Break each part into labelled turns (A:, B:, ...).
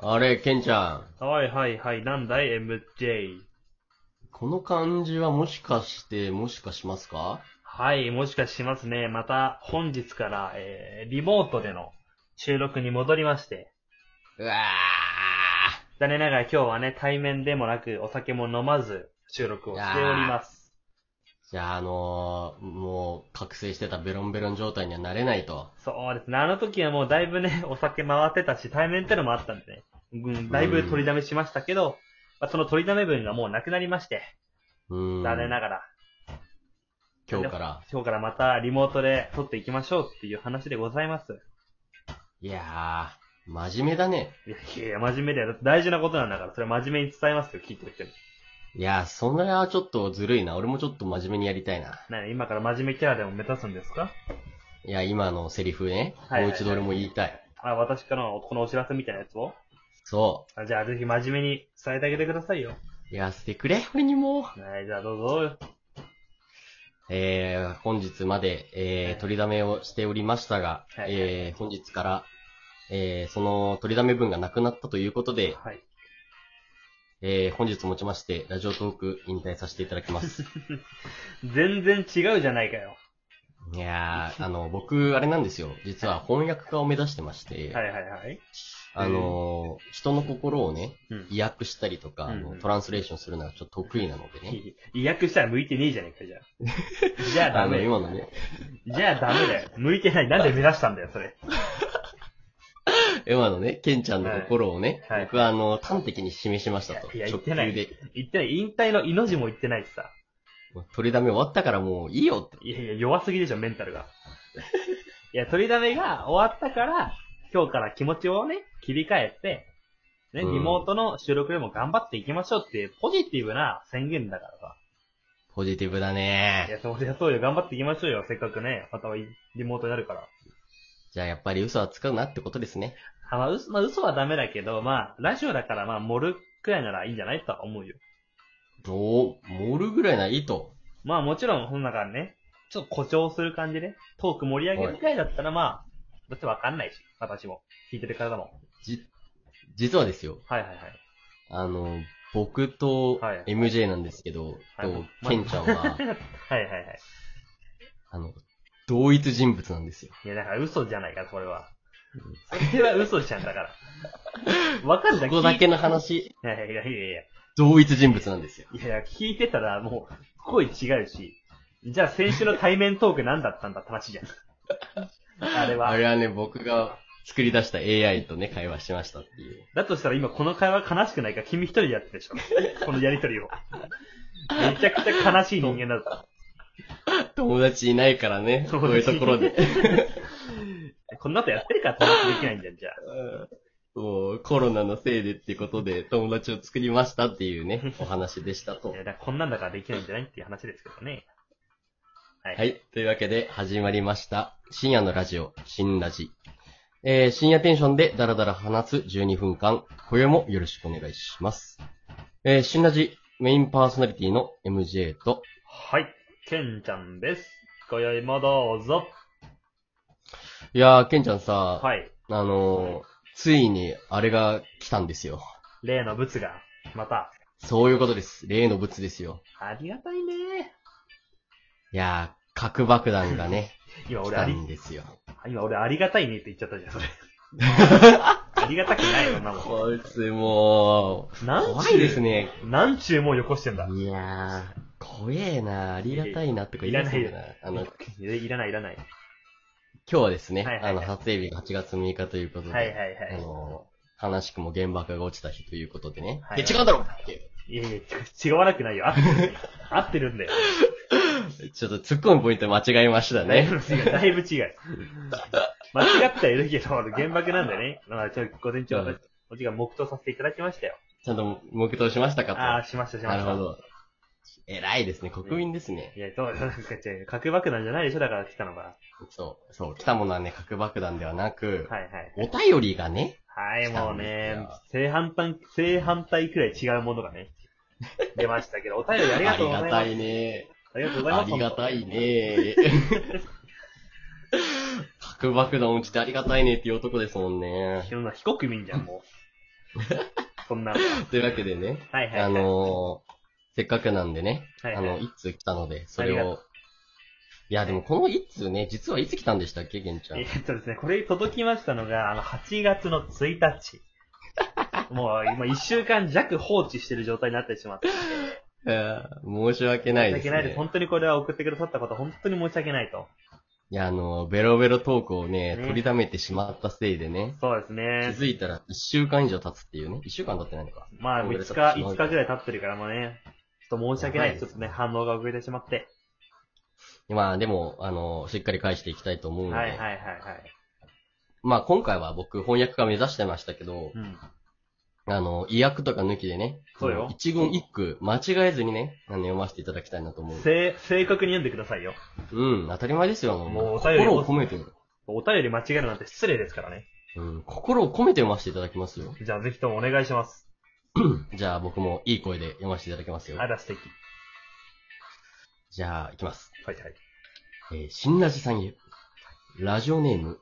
A: あれ、ケンちゃん。
B: はいはいはい、なんだい ?MJ。
A: この漢字はもしかして、もしかしますか
B: はい、もしかしますね。また、本日から、えー、リモートでの収録に戻りまして。
A: うわ
B: 残念ながら今日はね、対面でもなく、お酒も飲まず、収録をしております。
A: ー。じゃあ、あのー、もう、覚醒してたベロンベロン状態にはなれないと。
B: そうですね。あの時はもうだいぶね、お酒回ってたし、対面ってのもあったんでね。うん、だいぶ取りだめしましたけど、まあ、その取りだめ分がもうなくなりまして、
A: うーん。
B: 残念ながら、
A: 今日から。
B: 今日からまたリモートで撮っていきましょうっていう話でございます。
A: いやー、真面目だね。
B: いやいや、真面目だよ。だって大事なことなんだから、それ真面目に伝えますよ、聞いてる人に。
A: いやー、それはちょっとずるいな。俺もちょっと真面目にやりたいな。
B: なに今から真面目キャラでも目指すんですか
A: いや、今のセリフね。
B: はいはいはい
A: もう一度俺も言いたい。
B: あ、私からのこのお知らせみたいなやつを
A: そ
B: あじゃあ、ぜひ真面目に伝えてあげてくださいよ。
A: う。やらせてくれ、俺にも。
B: はい、じゃあどうぞ。
A: えー、本日まで、え
B: はい
A: ー、取りだめをしておりましたが、
B: はい
A: えー、本日から、えー、その取りだめ分がなくなったということで、
B: はい。
A: えー、本日をもちまして、ラジオトーク引退させていただき ます。
B: 全然違うじゃないかよ。
A: いやー、あの、僕、あれなんですよ。実は翻訳家を目指してまして、
B: はいはいはい。
A: あのー、人の心をね、
B: うん。
A: 意訳したりとか、あ
B: うんう
A: の
B: ん
A: トランスレーションするのがちょっと得意なのでね。
B: 違約したら向いてねえじゃねえか、じゃあ。じゃあ
A: あ
B: ダ
A: の、
B: メだよ。
A: 今のね、
B: じゃあダメだよ。向いてない。なんで目指したんだよ、それ。
A: 今のね、ケンちゃんの心をね、
B: はいはい
A: 僕はあの、端的に示しましたと。
B: いやいや言ってない
A: 直球で。
B: 言ってない。引退のいの字も言ってないしさ。
A: 取りだめ終わったからもういいよって。
B: いやいや、弱すぎでしょ、メンタルが。 いや、取りだめが終わったから、今日から気持ちをね、切り替えて、ね、リ
A: うん
B: モートの収録でも頑張っていきましょうっていうポジティブな宣言だからさ。
A: ポジティブだ
B: い
A: ね。
B: や、そう、いやそうよ、頑張っていきましょうよ、せっかくね、またリモートになるから。
A: じゃあやっぱり嘘はつかうなってことですね。
B: あまあ、嘘、まあ、嘘はダメだけど、まあ、ラジオだから、まあ、盛るくらいならいいんじゃないとは思うよ。
A: おー、盛るぐらいならいいと。
B: まあ、もちろん、その中ね、ちょっと誇張する感じで、トーク盛り上げるくらいだったら、まあ、だってわかんないし、私も。聞いてる方も。
A: じ、実はですよ、
B: はいはいはい。
A: あの、僕と
B: はい
A: MJ なんですけど、
B: はい
A: と、ケンちゃんは、
B: はいはいはい。
A: あの、同一人物なんですよ。
B: いや、だから嘘じゃないか、それは。それは嘘じゃんだから。 わかるじゃ
A: こ
B: ん。
A: こだけ
B: 聞い
A: の話、
B: いやいやいやいやいや。
A: 同一人物なんですよ。
B: いやいや、聞いてたらもう、声違うし。じゃあ先週の対面トーク何だったんだって 話じゃん。あれは
A: あ。れはね、僕が作り出した AI とね、会話しましたっていう。
B: だとしたら今この会話悲しくないから君一人でやってるでしょ。このやりとりを。めちゃくちゃ悲しい人間だぞ。
A: 友達いないからね、
B: そ
A: そうういうところで。
B: こんなことやってるから友達できないんじゃん、じゃあ。
A: もう、コロナのせいでってことで友達を作りましたっていう ね、お話でしたと
B: い。や、だからこんなんだからできないんじゃないっていう話ですけどね。はい。
A: はい。というわけで始まりました。深夜のラジオ、新ラジ。えー、深夜テンションでダラダラ話す12分間、今宵もよろしくお願いします。えー、新ラジ、メインパーソナリティの MJ と、
B: はい。ケンちゃんです。今宵もどうぞ。
A: いやー、ケンちゃんさ、
B: はい。
A: あのー、ついにあれが来たんですよ。
B: 例の仏が、また。
A: そういうことです。例の物ですよ。
B: ありがたいね。
A: いやー、核爆弾がね、
B: 今
A: 来
B: 俺あ
A: た
B: り、
A: んですよ。
B: 今俺ありがたいねって言っちゃった じゃん、それ。ありがたくないよ、なもん。
A: こいつもう、
B: なんちゅう
A: 怖いですね。
B: 何ちゅうもうよこしてんだ。
A: いやー、怖えな、ありがたいなとか言い出すんだな。あの、今
B: いやいらない、いらない。
A: 日はですね、
B: はいはいはい
A: あの、撮影日が8月6日ということで、
B: はいはいは
A: あの、悲しくも原爆が落ちた日ということでね。
B: はい
A: え違うんだろって
B: い。いやいや、違わなくないよ。合ってる。合ってるんだよ。
A: ちょっと突っ込むポイント間違えました
B: だい
A: ね
B: ぶ。違う。だいぶ違う。間違ってはいるけど、原爆なんだよね。まあ、ちょ、午前中
A: う
B: 私
A: ん、
B: お時間黙祷させていただきましたよ。
A: ちゃんと黙祷しました
B: ああ
A: か
B: ー、しました、し
A: と。
B: ま
A: な
B: し
A: る
B: た。
A: ほど。偉いですね、国民ですね。
B: いや、そう、なんか違う、核爆弾じゃないでしょだから来たのが。
A: そう、そう、来たものはね、核爆弾ではなく、
B: はいはい。
A: お便りがね、
B: はい、
A: 来た
B: もうん
A: ですよ
B: ね、正反対、正反対くらい違うもの がね、出ましたけど、お便りありが
A: あ
B: とう
A: り
B: ござ
A: が
B: います。あ
A: た
B: り
A: いね。
B: がとうござい
A: あ
B: ます。
A: りがたい
B: 本
A: ね。核爆弾落ちてありがたいねっていう男ですもん
B: 当。
A: ね。
B: いろんな非国民じゃん、もそんなのは。
A: というわけでね、
B: はいはい、はい。
A: あのーせっかくなんでね、
B: はい
A: あ
B: はい
A: の、一通来たので、それ
B: ありが
A: を。いや、でもこの一通ね、実はいつ来たんでしたっけ、玄ちゃん
B: え。っとですね、これ届きましたのが、あの、8月の1日。 もう、今、1週間弱放置してる状態になってしまって。
A: いや申し訳ない
B: 申
A: で
B: し
A: す、
B: 訳ないで
A: ね
B: す。。本当にこれは送ってくださったこと、本当に申し訳ないと。
A: いや、あの、ベロベロトークをね、
B: ね
A: 取りためてしまったせいでね、
B: そうです
A: 気
B: ね。
A: づいたら1週間以上経つっていうね、1週間経ってないのか。
B: まあ、5日、5日ぐらい経ってるからもうね、ちょっと申し訳ないです。ちょっとね、反応が遅れてしまって。
A: まあ、でも、あの、しっかり返していきたいと思うので、
B: はいはいはいはい。
A: まあ、今回は僕、翻訳家目指してましたけど、
B: うん。
A: あの、意訳とか抜きでね、
B: そうよ
A: 一言一句、間違えずにね、あの、読ませていただきたいなと思う。
B: 正、正確に読んでくださいよ。
A: うん、当たり前ですよ。
B: もうお便り
A: 心を込めて、
B: お便り間違えるなんて失礼ですからね。
A: うん、心を込めて読ませていただきますよ。
B: じゃあ、ぜひともお願いします。
A: じゃあ、僕もいい声で読ませていただきますよ
B: あ。ら、素敵。
A: じゃあ、いきます。
B: はいはい。
A: えー、新ラジさんへ。ラジオネーム、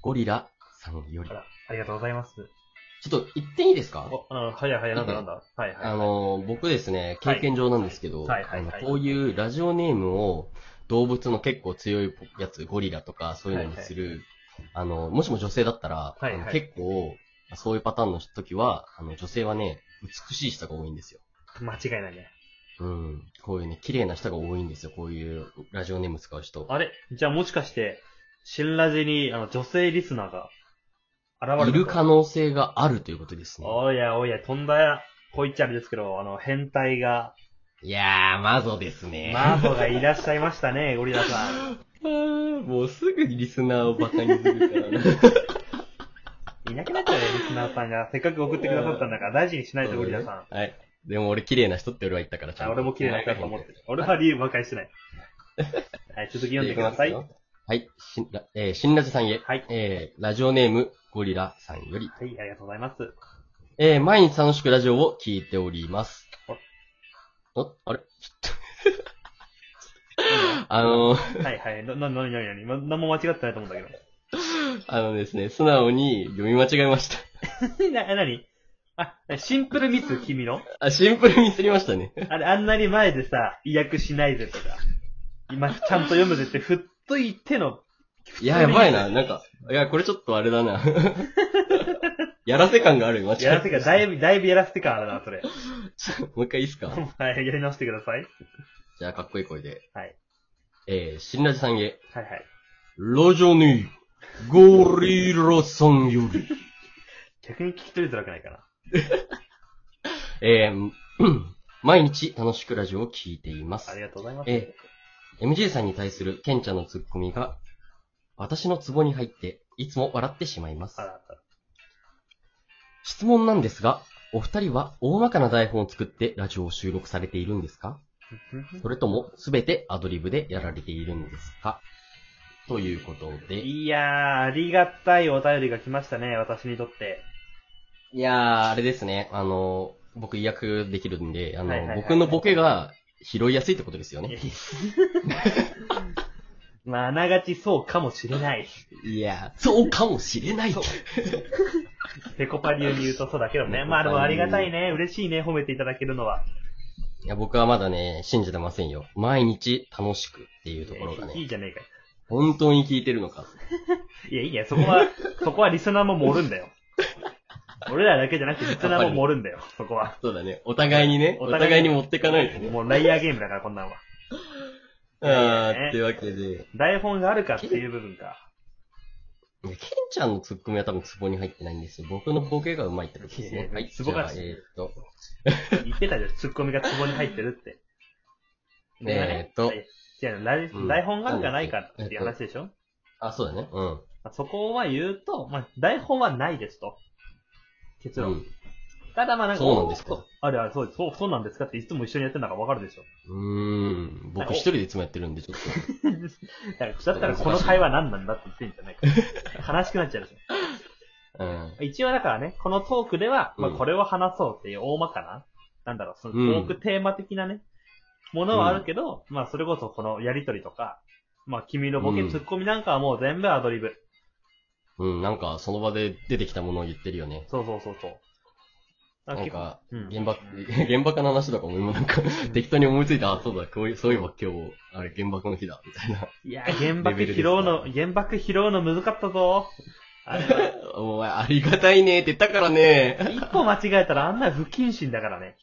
A: ゴリラさんより。
B: あ
A: ちょ
B: ら、ありがとうございます。
A: っと、一点いいですか
B: お、あの、はいはい、なんだなんだ。はいはい。
A: あのー、僕ですね、
B: はい
A: 経験上なんですけど、
B: はいはい
A: あの
B: はい
A: こういうラジオネームを動物の結構強いやつ、ゴリラとかそういうのにする、あの、もしも女性だったら、
B: はいはい
A: あの結構、そういうパターンの時は、あの女性はね、美しい人が多いんですよ。
B: 間違いないね。
A: うん。こういうね、綺麗な人が多いんですよ。こういうラジオネーム使う人。
B: あれじゃあもしかして、新ラジに、あの、女性リスナーが、現れ
A: い
B: た
A: る可能性があるということですね。
B: おやおや、とんだ、こいっちゃあれですけど、あの、変態が、
A: いやー、マゾですね。
B: マートがいらっしゃいましたね、ゴリラさん。
A: あー もうすぐリスナーをバカにするからな。
B: いなくなっちゃうよ、リスナーさん が。せっかく送ってくださったんだから、大事にしないと、ゴリラさ
A: はい。でも俺綺麗な人って俺は言ったからち
B: ん。
A: ゃん
B: あ
A: と。
B: 俺も綺麗な人だと思ってる。俺は理由ばかりして ない。はい、続き読んでください。
A: きま
B: は
A: すよはい。しんら、えー、新ラジさんへ。
B: はい
A: えー、ラジオネーム、ゴリラさんより。
B: い、ありがとうございます。
A: えー、毎日楽しくラジオを聞いております。あ、あれちょっと。 あのー、
B: はいはい、な、な、なになになに、ま、何も間違ってないと思うんだけど。
A: あのですね、素直に読み間違えました。
B: な、なにあ、シンプルミス、君の
A: あ、シンプルにすりましたね。
B: あれ、あんなに前でさ、意訳しないぜとか、今、ちゃんと読むぜって振っといての、
A: いや、やばいな。なんか、いや、これちょっとあれだ な。やらせ感がある。間違え
B: やらせが、だ いぶ、だいぶやらせて感あるな、それ。
A: もう一回いいっすか
B: はい、やり直してください。
A: じゃあ、かっこいい声で。
B: はい。
A: えー、新ラジさんへ、
B: はいはい。
A: ラジオに、ゴリラさんより。
B: 逆に聞き取りづらくないかな。
A: えー、うん毎日楽しくラジオを聞いていま
B: あ
A: す
B: り。がとうございます。
A: えー、MJ さんに対するケンちゃんのツッコミが、私のツボに入って、いつも笑ってしまいます
B: あ。らあら
A: 質問なんですが、お二人は大まかな台本を作ってラジオを収録されているんですかそれとも、すべてアドリブでやられているんですかということで。
B: いやー、ありがたいお便りが来ましたね、私に とって。
A: いやー、あれですね。あの、僕、意訳できるんで、あの、
B: はいはいはい
A: 僕のボケが拾いやすいってことですよね。
B: まあ、あながちそうかもしれない。
A: いやー、そうかもしれない
B: そうペコパ流に言うとそうだけどね。まあでもありがたいね。嬉しいね。褒めていただけるのは。
A: いや、僕はまだね、信じてませんよ。毎日楽しくっていうところが
B: いい
A: ね、
B: じゃねえかよ。
A: 本当に聞いてるのか。
B: いや、いいや。そこ は、そこはリスナーも盛るんだよ。俺らだけじゃなくてリスナーも盛るんだよ。そこは。
A: そうだね。お互いにね、
B: お
A: お
B: 互いに
A: 互いに持ってかないとね。
B: もうライアーゲームだから、こんなんは。
A: あ
B: ね
A: ー、ってわけで、いや
B: 台本があるかっていう部 分か。
A: ケンちゃんのツッコミは多分ツボに入ってないんですよ。僕のボケがうまいってことです
B: いやい
A: ね
B: や。
A: はい、
B: ツボが
A: じゃあえーっと、
B: 言ってたじゃん。ツッコミがツボに入ってるって。
A: えーっと
B: はい違う台
A: うん
B: 台本があるかないかっていう話でしょ、
A: あ、そうだね。うん。
B: まあそこは言うと、まあ、台本はないですと。結論。
A: うん
B: ただまあなんか、
A: そうなんですか
B: おあれあれ、そうです。そう、そうなんですかっていつも一緒にやってるのがわかるで しょ。
A: うーん。僕一人でいつもやってるんで、ちょっと。
B: だからだったらこの会話何なんだって言ってんじゃないか。悲しくなっちゃうでし
A: うん。
B: ょ。一応だからね、このトークでは、まあ
A: うん
B: これを話そうっていう大まかな、なんだろう、その
A: うん
B: トークテーマ的なね、ものはあるけど、まあそれこそこのやりとりとか、まあ君のボケ、
A: うん
B: ツッコミなんかはもう全部アドリブ。
A: うん、なんか、その場で出てきたものを言ってるよね。
B: そうそうそうそう。あ
A: なん
B: 結構
A: か、
B: うん。
A: 現場、現場化 の話とかも今なんか、適当に思いついた、あ、そうだ、こういう、そういえば今日、あれ、原爆の日だ、みたいな。
B: いや、原爆
A: レベルで
B: 拾
A: す
B: うの、原爆拾うの難かったぞ。あれは、
A: お前、ありがたいねって言ったからね。
B: 一歩間違えたらあんな不謹慎だからね。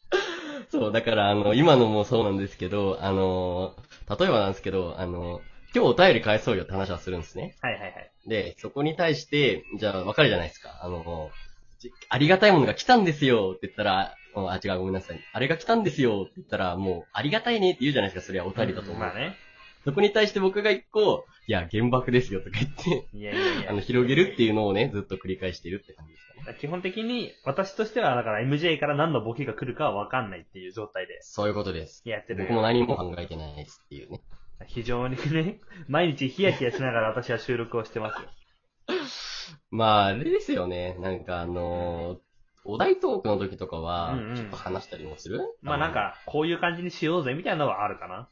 A: そう、だから、あの、今のもそうなんですけど、あの、例えばなんですけど、あの、今日お便り返そうよって話はするんですね。
B: はいはいはい。
A: で、そこに対して、じゃあ、わかるじゃないですか。あの、じありがたいものが来たんですよって言ったら、うんあ、違う、ごめんなさい。あれが来たんですよって言ったら、もう、ありがたいねって言うじゃないですか、それはお便りだと思う。
B: まあね。
A: そこに対して僕が一個、いや、原爆ですよとか言って、
B: いやいやいや。
A: あの、広げるっていうのをね、ずっと繰り返してるって感じですかね。
B: 基本的に、私としては、だから MJ から何のボケが来るかは分かんないっていう状態で
A: そういうことです。
B: やってる。
A: 僕も何も考えてないですっていうね。
B: 非常にね、 毎日ヒヤヒヤしながら私は収録をしてますよ。
A: まあ、あれですよね。なんかあのーお題トークの時とかは
B: うんう、ん
A: ちょっと話したりもする、
B: まあなん。か、こういう感じにしようぜみたいなのはあるかな。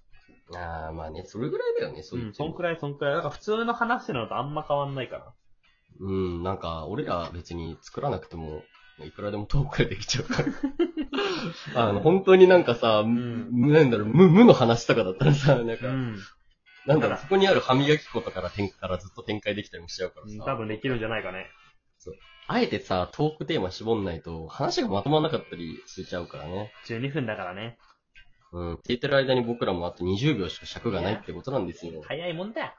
A: ああ、まあね、それぐらいだよね、そうい
B: ん、そんく
A: らい。
B: らいそんくらい。だから普通の話してるのとあんま変わんないかな。
A: うん、なんか、俺ら別に作らなくても、いくらでもトークできちゃう から。あの、本当になんかさ、
B: ん
A: むなんだろう、無、無の話とかだったらさ、なんか、
B: うん。
A: なんだろ
B: た
A: う、
B: だ
A: そこにある歯磨き粉とかから展からずっと展開できたりもしちゃうからさ。
B: 多分できるんじゃないかね。
A: あえてさ、トークテーマ絞んないと、話がまとまらなかったりしちゃうからね。
B: 12分だからね。
A: うん。って言ってる間に僕らもあと20秒しか尺がないってことなんですよ。
B: 早いもんだよ。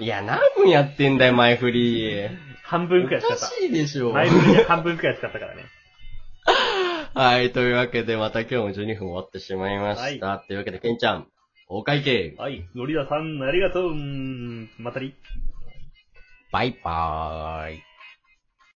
A: いや、何分やってんだよ、前振り。
B: 半
A: お
B: 分くらい使
A: か
B: った。
A: しいでしょ。
B: 前振りで半分くらい使ったからね。
A: はい、というわけで、また今日も12分終わってしまいました。というわけで、ケンちゃん、お会計、
B: はい、のりださん、ありがとう。またり。
A: バイバーイ。